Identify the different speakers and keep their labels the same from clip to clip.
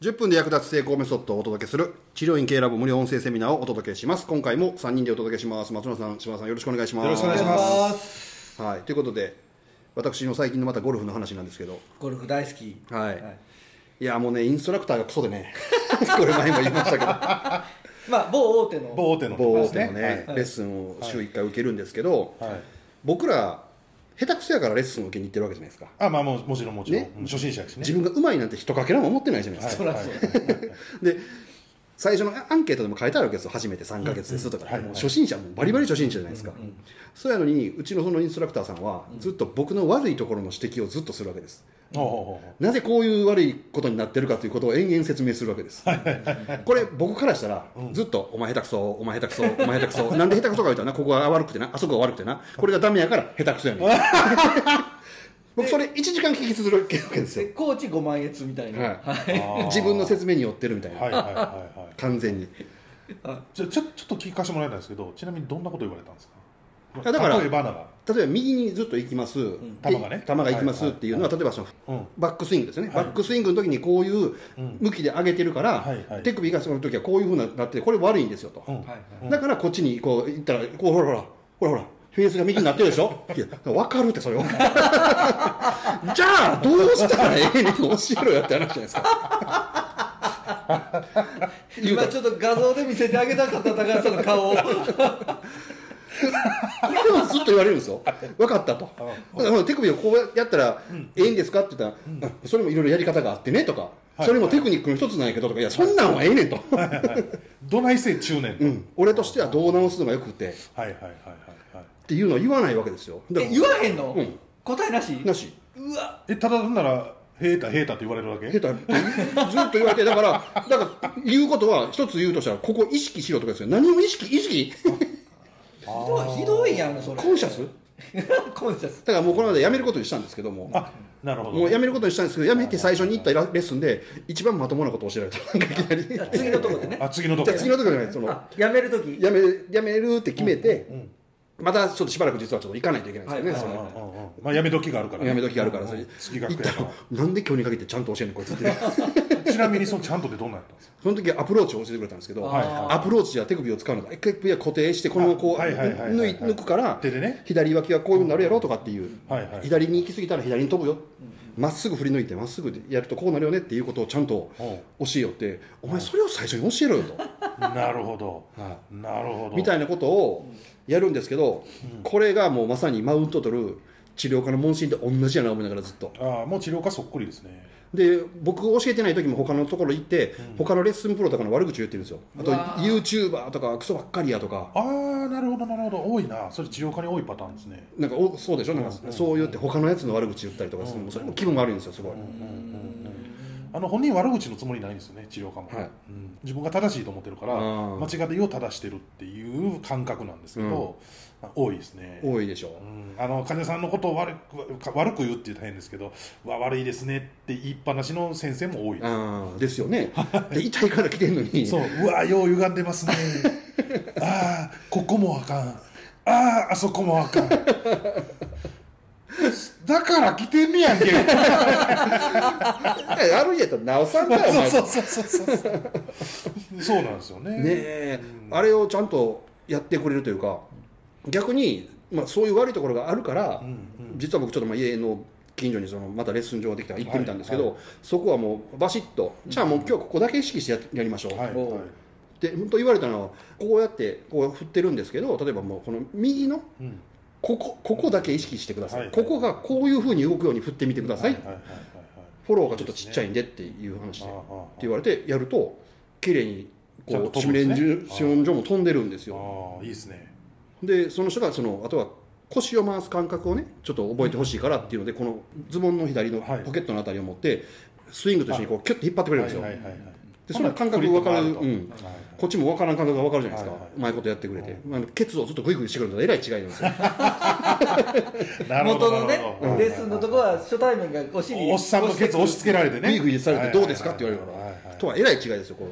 Speaker 1: 10分で役立つ成功メソッドをお届けする治療院経営ラボ無料音声セミナーをお届けします今回も3人でお届けします松村さん島田さんよろしくお願いします
Speaker 2: よろしくお願いします
Speaker 1: す、はい、ということで私の最近のまたゴルフの話なんですけど
Speaker 2: ゴルフ大好き
Speaker 1: はい、い、やもうねインストラクターがクソでね これ前も言いましたけど
Speaker 2: まあ某大手の
Speaker 3: 某大手の
Speaker 1: 某大手のね、
Speaker 2: はい
Speaker 1: レッスンを週1回受けるんですけど、
Speaker 3: はいはい
Speaker 1: 僕ら下手くそやからレッスンを受けに行ってるわけじゃないですか、
Speaker 3: あまあもうもちろんもちろん、
Speaker 1: ね
Speaker 3: 初心者やしね
Speaker 1: 自分が上手いなんて一かけらも思ってないじゃないですか、
Speaker 2: そらそう
Speaker 1: で最初のアンケートでも書いてあるわけですよ初めて3か月ですとか、
Speaker 3: うんはい
Speaker 1: もう初心者もうバリバリ初心者じゃないですか、そうやのにうちのそのインストラクターさんはずっと僕の悪いところの指摘をずっとするわけです
Speaker 3: ほうほうほ
Speaker 1: なぜこういう悪いことになってるかということを延々説明するわけですこれ僕からしたらずっと「お前下手くそお前下手くそお前下手くそなんで下手くそか言うたらなここが悪くてなあそこが悪くてなこれがダメやから下手くそやねん」 僕それ1時間聞き続けるわけです
Speaker 2: で
Speaker 1: よ、
Speaker 2: コーチ5万円みたいな、
Speaker 1: は
Speaker 3: うあ
Speaker 2: はい、
Speaker 3: ー
Speaker 1: い、自分の説明に寄ってるみたいな、
Speaker 3: はいはいはいはい
Speaker 1: 完全に
Speaker 3: じゃちょちょっと聞かせてもらいたいんですけどちなみにどんなこと言われたんです
Speaker 1: い
Speaker 3: か
Speaker 1: やだから
Speaker 3: 例えばなら、
Speaker 1: 例えば右にずっと行きます、で
Speaker 3: 球がね
Speaker 1: 球が行きますっていうのは、例えばその
Speaker 3: うん、
Speaker 1: バックスイングですよね、バックスイングの時にこういう向きで上げてるから、
Speaker 3: はいはい
Speaker 1: 手首がその時はこういうふうになっててこれ悪いんですよと、
Speaker 3: うん
Speaker 2: はい
Speaker 3: うん
Speaker 1: だからこっちにこう行ったらこうほらほらほらほらフェースが右になってるでしょいや分かるってそれは じゃあどうしたらええねん教えろよって話じゃない ですか言うた
Speaker 2: 今ちょっと画像で見せてあげたかった高橋さんの 顔を
Speaker 1: これはずっと言われるんですよ分かったとだから手首をこうやったらええんですかって言ったら、あそれもいろいろやり方があってねとか、
Speaker 3: はい
Speaker 1: それもテクニックの一つなんやけどとかいやそんなんはええねんと、
Speaker 3: どないせい中年と、
Speaker 1: うん俺としてはどう直すのがよくてっ
Speaker 3: はいはいはいはいはい
Speaker 1: ていうのは言わないわけですよだ
Speaker 2: え
Speaker 1: から
Speaker 2: 言わへんの、
Speaker 1: うん
Speaker 2: 答えなし
Speaker 1: なし
Speaker 2: うわ
Speaker 3: えただなんなら「平太平太」って言われるわけ
Speaker 1: 下手ってずっと言われてだからだから言うことは一つ言うとしたらここ意識しろとかですよ何を意識意識
Speaker 2: ひどいひどいやんそれ
Speaker 1: コンシャス
Speaker 2: コンシャス
Speaker 1: だからもうこの間やめることにしたんですけども
Speaker 3: あなるほど
Speaker 1: もうやめることにしたんですけどやめて最初に行ったレッスンで一番まともなことを教えられたなんかいきなり
Speaker 2: 次のとこでね
Speaker 3: あ次のと
Speaker 1: じ
Speaker 3: こ
Speaker 1: ゃあ次のとこじゃないその
Speaker 2: あやめるとき
Speaker 1: やめやめるって決めて、またちょっとしばらく実はちょっと行かないといけないんですよね、
Speaker 2: はい
Speaker 1: そ
Speaker 3: うんう
Speaker 1: の
Speaker 3: んうんまあやめ時があるから、
Speaker 1: やめ時があるから、
Speaker 3: うん
Speaker 1: それ
Speaker 3: 月額やか
Speaker 1: 行ったらなんで今日に限ってちゃんと教えんのこいつって
Speaker 3: らちなみにそのちゃんとでどうなったんですか
Speaker 1: その時アプローチを教えてくれたんですけど、
Speaker 3: はいはい
Speaker 1: アプローチじゃ手首を使うのか一回首は固定してこのままこう
Speaker 3: はいはいはいはい
Speaker 1: 抜い抜くから
Speaker 3: 手でね
Speaker 1: 左脇はこういうふうになるやろとかっていう、
Speaker 3: はいはい
Speaker 1: 左に行き過ぎたら左に飛ぶよま、っすぐ振り抜いてまっすぐやるとこうなるよねっていうことをちゃんと教えよってお前それを最初に教えろよと。
Speaker 3: なるほど、
Speaker 1: は
Speaker 3: なるほど
Speaker 1: みたいなことをやるんですけど、これがもうまさにマウント取る治療科の問診と同じやな思いながらずっと
Speaker 3: ああもう治療科そっくりですね
Speaker 1: で僕教えてない時も他のところ行って、他のレッスンプロとかの悪口を言ってるんですよあと
Speaker 2: うわ
Speaker 1: YouTuber とかクソばっかりやとか
Speaker 3: ああなるほどなるほど多いなそれ治療科に多いパターンですね
Speaker 1: なんかおそうでしょなんかそう言って他のやつの悪口言ったりとかするのもそれも気分悪いんですよすごい、
Speaker 3: あの本人悪口のつもりないんですよね治療科も、
Speaker 1: はい
Speaker 3: うん自分が正しいと思ってるから
Speaker 1: うん
Speaker 3: 間違いを正してるっていう感覚なんですけど、多いですね、
Speaker 1: 多いでしょ
Speaker 3: うんあの患者さんのことを悪く悪く言うって言ったら変ですけどわ悪いですねって言いっぱなしの先生も多いです、
Speaker 1: あーですよねで痛いから来てんのに
Speaker 3: そううわよう歪んでますねああここもあかんあああそこもあかんだから来てんねやんけ
Speaker 1: あるんやったらなおさんだよお前
Speaker 3: そうそうそうそうそう。そうなんですよね。
Speaker 1: ねえ、あれをちゃんとやってくれるというか逆に、まあ、そういう悪いところがあるから、実は僕ちょっとまあ家の近所にそのまたレッスン場できたから行ってみたんですけど、
Speaker 3: は
Speaker 1: そこはもうバシッと、じゃあもう今日ここだけ意識してややりましょう、
Speaker 3: はいはい。
Speaker 2: おう
Speaker 1: で本当言われたのはこうやってこう振ってるんですけど例えばもうこの右の
Speaker 3: うん
Speaker 1: ここここだけ意識してください、
Speaker 3: はい
Speaker 1: ここがこういうふうに動くように振ってみてください、
Speaker 3: はいはいはいはい
Speaker 1: フォローがちょっとちっちゃいんでっていう話で、
Speaker 3: ああああ
Speaker 1: って言われてやると綺麗に
Speaker 3: ちゃん
Speaker 1: ことう
Speaker 3: 飛
Speaker 1: シ
Speaker 3: ぶ
Speaker 1: ミュ
Speaker 3: んで
Speaker 1: レ
Speaker 3: す
Speaker 1: ー
Speaker 3: ね
Speaker 1: ション上も飛んでるんですよ
Speaker 3: ああいいですね。
Speaker 1: でその人がそのあとは腰を回す感覚をねちょっと覚えてほしいからっていうのでこのズボンの左の
Speaker 3: はい
Speaker 1: ポケットのあたりを持ってスイングと一緒にこうキュッと引っ張ってく
Speaker 3: は
Speaker 1: れ
Speaker 3: い
Speaker 1: るん
Speaker 3: は
Speaker 1: ですよ、
Speaker 3: いはいはい。
Speaker 1: でその感覚分かる、う
Speaker 3: はいはい
Speaker 1: ん、こっちも分からん感覚が分かるじゃないですか、
Speaker 3: はいはいう
Speaker 1: まいことやってくれて、あのケツをずっとグイグイしてくるのとえらい違いなん ですよ
Speaker 3: なるほど
Speaker 2: 元のね
Speaker 3: なるほどはいはいはい
Speaker 2: レッスンのとこは初対面がお尻
Speaker 3: おっさんのケツ押し付けられてね。
Speaker 1: グイグイされてどうですかって言われるから、
Speaker 3: はいはいはい
Speaker 1: とはえらい違いですよこう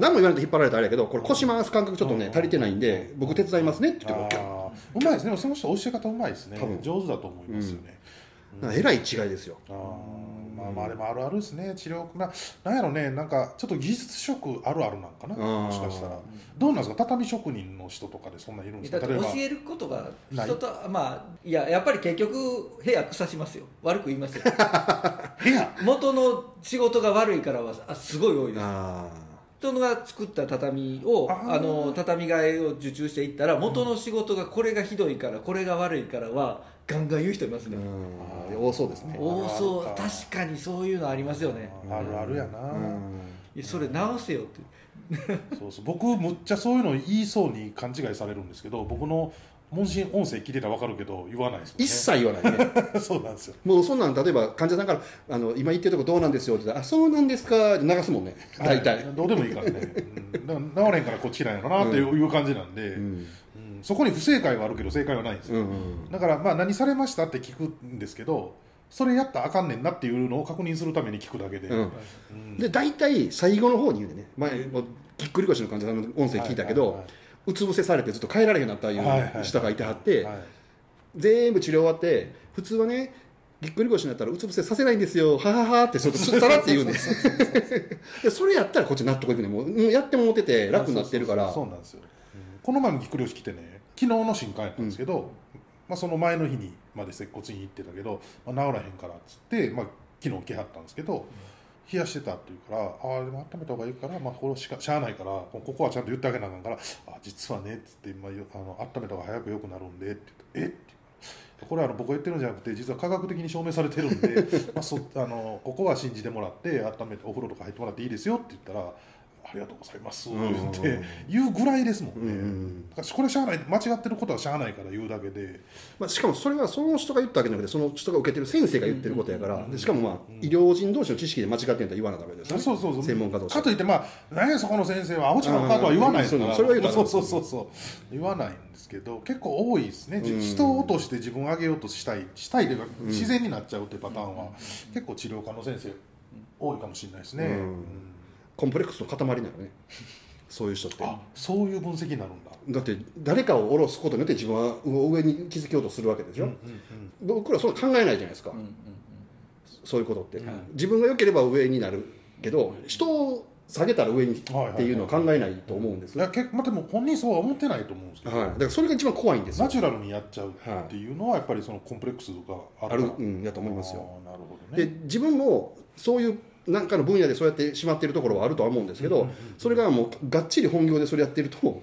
Speaker 1: 何も言われて引っ張られたらあれやけどこれ腰回す感覚ちょっとね足りてないんで僕手伝いますねって言ってこう
Speaker 3: ああうまいですね。その人教え方うまいですね
Speaker 1: 多分。
Speaker 3: 上手だと思いますよね。う
Speaker 1: なんかえらい違いですよ
Speaker 3: あーまあまあでもあるあるですね治療ななんやろねなんかちょっと技術職あるあるなんかな
Speaker 1: あー
Speaker 3: もしかしたらどうなんですか畳職人の人とかでそんないるんです
Speaker 2: だっ
Speaker 3: か
Speaker 2: て
Speaker 3: 例え
Speaker 2: 教
Speaker 3: ば
Speaker 2: えることが
Speaker 3: ない
Speaker 2: 人とまあいややっぱり結局部屋腐しますよ悪く言いますよ
Speaker 3: 部屋
Speaker 2: 元の仕事が悪いからはあすごい多いです
Speaker 1: あ
Speaker 2: 人が作った畳を
Speaker 3: あー
Speaker 2: あの畳替えを受注していったら元の仕事がこれがひどいからこれが悪いからはガンガン言う人います
Speaker 1: ー
Speaker 2: ね、
Speaker 1: うん多そうですね
Speaker 2: 多そう
Speaker 3: あるあるか
Speaker 2: 確かにそういうのありますよね
Speaker 3: あるあるやな、
Speaker 1: うん
Speaker 2: いやそれ直せよって
Speaker 3: そうそう僕むっちゃそういうの言いそうに勘違いされるんですけど僕の問診音声聞いてたら分かるけど言わないです
Speaker 1: 一切言わないね
Speaker 3: ね そうなんですよ
Speaker 1: もうそんなん例えば患者さんから「あの今言ってるとこどうなんですよ」って言ったら「あそうなんですか」って流すもんね大体、
Speaker 3: はいどうでもいいからね、うん、だから治れへんからこっち来ないのかなっていう,、感じなんで、
Speaker 1: うん
Speaker 3: うんそこに不正解はあるけど正解はないんですよ、
Speaker 1: うんうん
Speaker 3: だからまあ何されましたって聞くんですけどそれやったらあかんねんなっていうのを確認するために聞くだけで、
Speaker 1: うん
Speaker 3: うん
Speaker 1: で大体最後の方に言うんでね前もうぎっくり腰の患者さんの音声聞いたけど、
Speaker 3: は
Speaker 1: うつ伏せされてずっと帰られへんようにな
Speaker 3: は
Speaker 1: っ
Speaker 3: いはい
Speaker 1: たい
Speaker 3: は
Speaker 1: う
Speaker 3: い
Speaker 1: 人がいてはっ
Speaker 3: い
Speaker 1: て、
Speaker 3: はいはい
Speaker 1: 全部治療終わって普通はねぎっくり腰になったらうつ伏せさせないんですよはははってちょっとさらって言うんです でそれやったらこっち納得いくねもううんやってもうてて楽になってるから
Speaker 3: そうそうそうそうなんですよ、うんこの前もぎっくり腰来てね昨日の新刊やったんですけど、まあ、その前の日にまで接骨院行ってたけど、まあ、治らへんからっつって、まあ、昨日来はったんですけど、冷やしてたっていうからああでも温めた方がいいから、まあ、これしかしゃあないからもうここはちゃんと言ってあげなあかんからあ実はねっつって今よあの温めた方が早く良くなるんでって言ってえってこれはあの僕が言ってるんじゃなくて実は科学的に証明されてる んでまあそあのここは信じてもらって温めてお風呂とか入ってもらっていいですよって言ったらありがとうございますって言って、
Speaker 1: うんうんうん
Speaker 3: 言うぐらいですもんね、
Speaker 1: うんうん
Speaker 3: だからこれしゃあない間違ってることはしゃあないから言うだけで
Speaker 1: まあ、しかもそれはその人が言ったわけじゃなくてその人が受けてる先生が言ってることやから、
Speaker 3: うん
Speaker 1: でしかも、まあ
Speaker 3: うん
Speaker 1: 医療人同士の知識で間違ってんとは言わなダメですよね
Speaker 3: そうそうそう
Speaker 1: 専門家同士
Speaker 3: かといってまあ何やそこの先生は青ちゃんかとは言わないですから
Speaker 1: うんそうそうそれは言うたら
Speaker 3: そうそうそうそう言わないんですけど結構多いですね、じ
Speaker 1: うん
Speaker 3: 人を落として自分を上げようとしたいしたいというか
Speaker 1: ん
Speaker 3: 自然になっちゃうというパターンは、結構治療科の先生多いかもしれないですね、
Speaker 1: うん
Speaker 3: うん
Speaker 1: コンプレックスの塊なのねそういう人って
Speaker 3: あそういう分析になるんだ、
Speaker 1: だって誰かを下ろすことによって自分は上に気づきようとするわけでしょ、僕らそう考えないじゃないですか、
Speaker 2: うんうん
Speaker 1: そういうことって、
Speaker 3: はい
Speaker 1: 自分が良ければ上になるけど人を下げたら上にっ
Speaker 3: はいは
Speaker 1: ていうのを考えないと思うんです
Speaker 3: い
Speaker 1: よ、
Speaker 3: や結構まあでも本人そうは思ってないと思うんですけど、
Speaker 1: はい、だからそれが一番怖いんです
Speaker 3: ナ
Speaker 1: よ
Speaker 3: チュラルにやっちゃうっていうのはやっぱりそのコンプレックスがある
Speaker 1: あ
Speaker 3: から
Speaker 1: る、うん、やと思いますよ
Speaker 3: あーなるほど
Speaker 1: で
Speaker 3: ね
Speaker 1: 自分もそういう何かの分野でそうやってしまってるところはあるとは思うんですけど、それがもうがっちり本業でそれやってるとも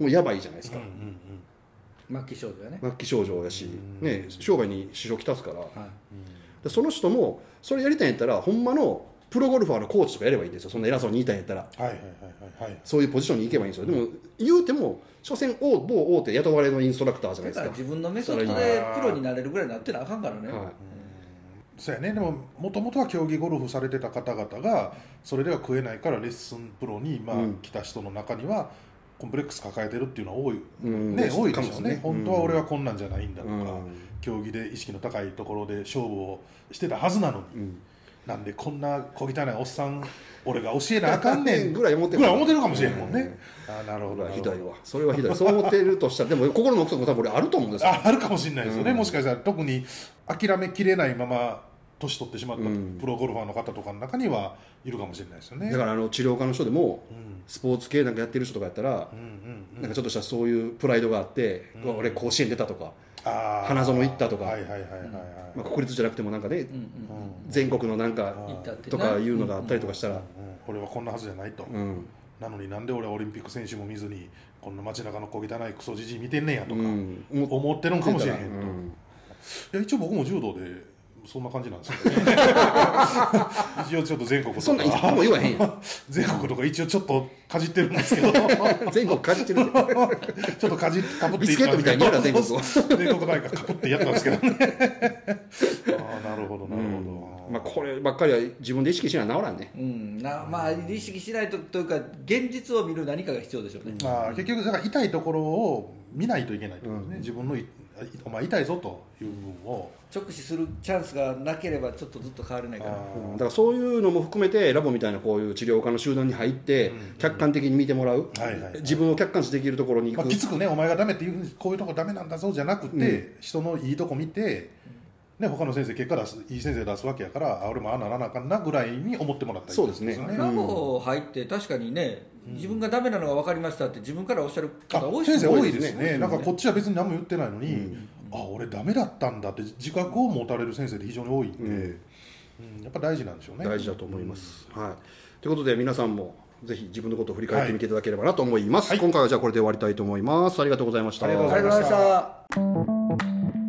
Speaker 1: うやばいじゃないです
Speaker 3: うん
Speaker 1: か
Speaker 3: うん、うん
Speaker 2: 末期症状やね、
Speaker 1: 末期症状やし、
Speaker 3: うん
Speaker 1: ね、商売に支障きたすから
Speaker 2: はい
Speaker 1: でその人もそれやりたいんやったらほんまのプロゴルファーのコーチとかやればいいんですよそんな偉そうに言いたいんやったら
Speaker 3: はいはいはいはいはい
Speaker 1: そういうポジションに行けばいいんですよでも言うても所詮某某大手雇われのインストラクターじゃない
Speaker 2: だ
Speaker 1: で
Speaker 2: か
Speaker 1: す
Speaker 2: ら
Speaker 1: か
Speaker 2: 自分のメソッドでプロになれるぐらいになってなあかんからね、
Speaker 1: は
Speaker 3: そうやねでももともとは競技ゴルフされてた方々がそれでは食えないからレッスンプロにまあ
Speaker 1: うん
Speaker 3: 来た人の中にはコンプレックス抱えてるっていうのは多い、
Speaker 1: い、うん
Speaker 3: ね、多い
Speaker 1: か
Speaker 3: で
Speaker 1: も
Speaker 3: しょ
Speaker 1: し
Speaker 3: う
Speaker 1: れ
Speaker 3: ね、
Speaker 1: ない
Speaker 3: 本当は俺はこんなんじゃないんだと
Speaker 1: う
Speaker 3: か、
Speaker 1: ん
Speaker 3: 競技で意識の高いところで勝負をしてたはずなのに、
Speaker 1: うん
Speaker 3: なんでこんな小汚いおっさん俺が教えなあかんね ん
Speaker 1: ぐらい思って
Speaker 3: ぐらい思ってるかもしれんもんね、あーなるほ
Speaker 1: ほ
Speaker 3: ど
Speaker 1: ら
Speaker 3: なる
Speaker 1: ひ
Speaker 3: ほ
Speaker 1: ど
Speaker 3: ど
Speaker 1: いわそれはひどいそう思ってるとしたらでも心の奥底も多分俺あると思うんですよ
Speaker 3: ああるかもしれないですよね、
Speaker 1: うん
Speaker 3: もしかしたら特に諦めきれないまま年取ってしまった
Speaker 1: うん
Speaker 3: プロゴルファーの方とかの中にはいるかもしれないですよね。
Speaker 1: だからあの治療科の人でも
Speaker 3: うん
Speaker 1: スポーツ系なんかやってる人とかやったら
Speaker 3: うんうんうん
Speaker 1: なんかちょっとしたそういうプライドがあって、
Speaker 3: うん
Speaker 1: うわ俺甲子園出たとか、
Speaker 3: あー
Speaker 1: 花園行ったとか
Speaker 3: はいはいはいはいはい、
Speaker 1: まあ、国立じゃなくてもなんかね、
Speaker 2: うんうん
Speaker 3: うん
Speaker 1: 全国のなん
Speaker 3: うん
Speaker 1: か
Speaker 2: 行ったって
Speaker 1: と
Speaker 2: な
Speaker 1: かいうのがあったりとかしたら、
Speaker 3: うんうん俺はこんなはずじゃないと、
Speaker 1: うん
Speaker 3: なのになんで俺はオリンピック選手も見ずにこんな街中の小汚いクソじじい見てんねんやとか
Speaker 1: うん思っ
Speaker 3: 思ってるんかもしてれ
Speaker 1: た
Speaker 3: へん
Speaker 1: ら
Speaker 3: と、
Speaker 1: う
Speaker 3: い
Speaker 1: ん
Speaker 3: や一応僕も柔道でそんな感じなんですけど ね一応ちょっと全国とか
Speaker 1: そんなん一個も言わへんや ん
Speaker 3: 全国とか一応ちょっとかじってるんですけ どち
Speaker 1: 全国かじってるって
Speaker 3: ょっとかじかぶって
Speaker 1: ビスケットみたいにやるな全国を
Speaker 3: 全国大会かぶってやったんです けどねああなるほどなるほど、
Speaker 1: まあ、こればっかりは自分で意識しな治らんね
Speaker 2: うんなまあ意識しないとというか現実を見る何かが必要でしょうね、
Speaker 3: まあ、結局だから痛いところを見ないといけないってことですね、自分のいあいお前痛いぞという部分を
Speaker 2: 直視するチャンスがなければちょっとずっと変われないから
Speaker 3: あ
Speaker 1: うんだからそういうのも含めてラボみたいなこういう治療科の集団に入って客観的に見てもらう、
Speaker 3: はいはいはい
Speaker 1: 自分を客観視できるところに
Speaker 3: ま
Speaker 1: 行
Speaker 3: あ、
Speaker 1: く、
Speaker 3: きつくねお前がダメっていうふうにこういうとこダメなんだぞじゃなくて、人のいいとこ見てね、他の先生結果出すいい先生出すわけやからあ俺もああならなあかんなぐらいに思ってもらったり
Speaker 1: そうですね
Speaker 3: よ
Speaker 1: うん
Speaker 2: ラボ入って確かにね自分がダメなのが分かりましたって自分からおっしゃる
Speaker 3: あ
Speaker 2: 方多いで
Speaker 3: 先
Speaker 2: す
Speaker 3: 生
Speaker 2: よ
Speaker 3: 多
Speaker 2: ね
Speaker 3: いです
Speaker 1: 多いです
Speaker 3: ね
Speaker 1: ね
Speaker 3: なんかこっちは別に何も言ってないのに、
Speaker 1: うん
Speaker 3: あ俺ダメだったんだって自覚を持たれる先生って非常に多いんで、
Speaker 1: え
Speaker 3: うんやっぱ大事なんでしょうね
Speaker 1: 大事だと思います、はい、ということで皆さんもぜひ自分のことを振り返ってみていただければなと思います、今回はじゃあこれで終わりたいと思いますありがとうございました
Speaker 3: ありがとうございま
Speaker 2: ありがとうございました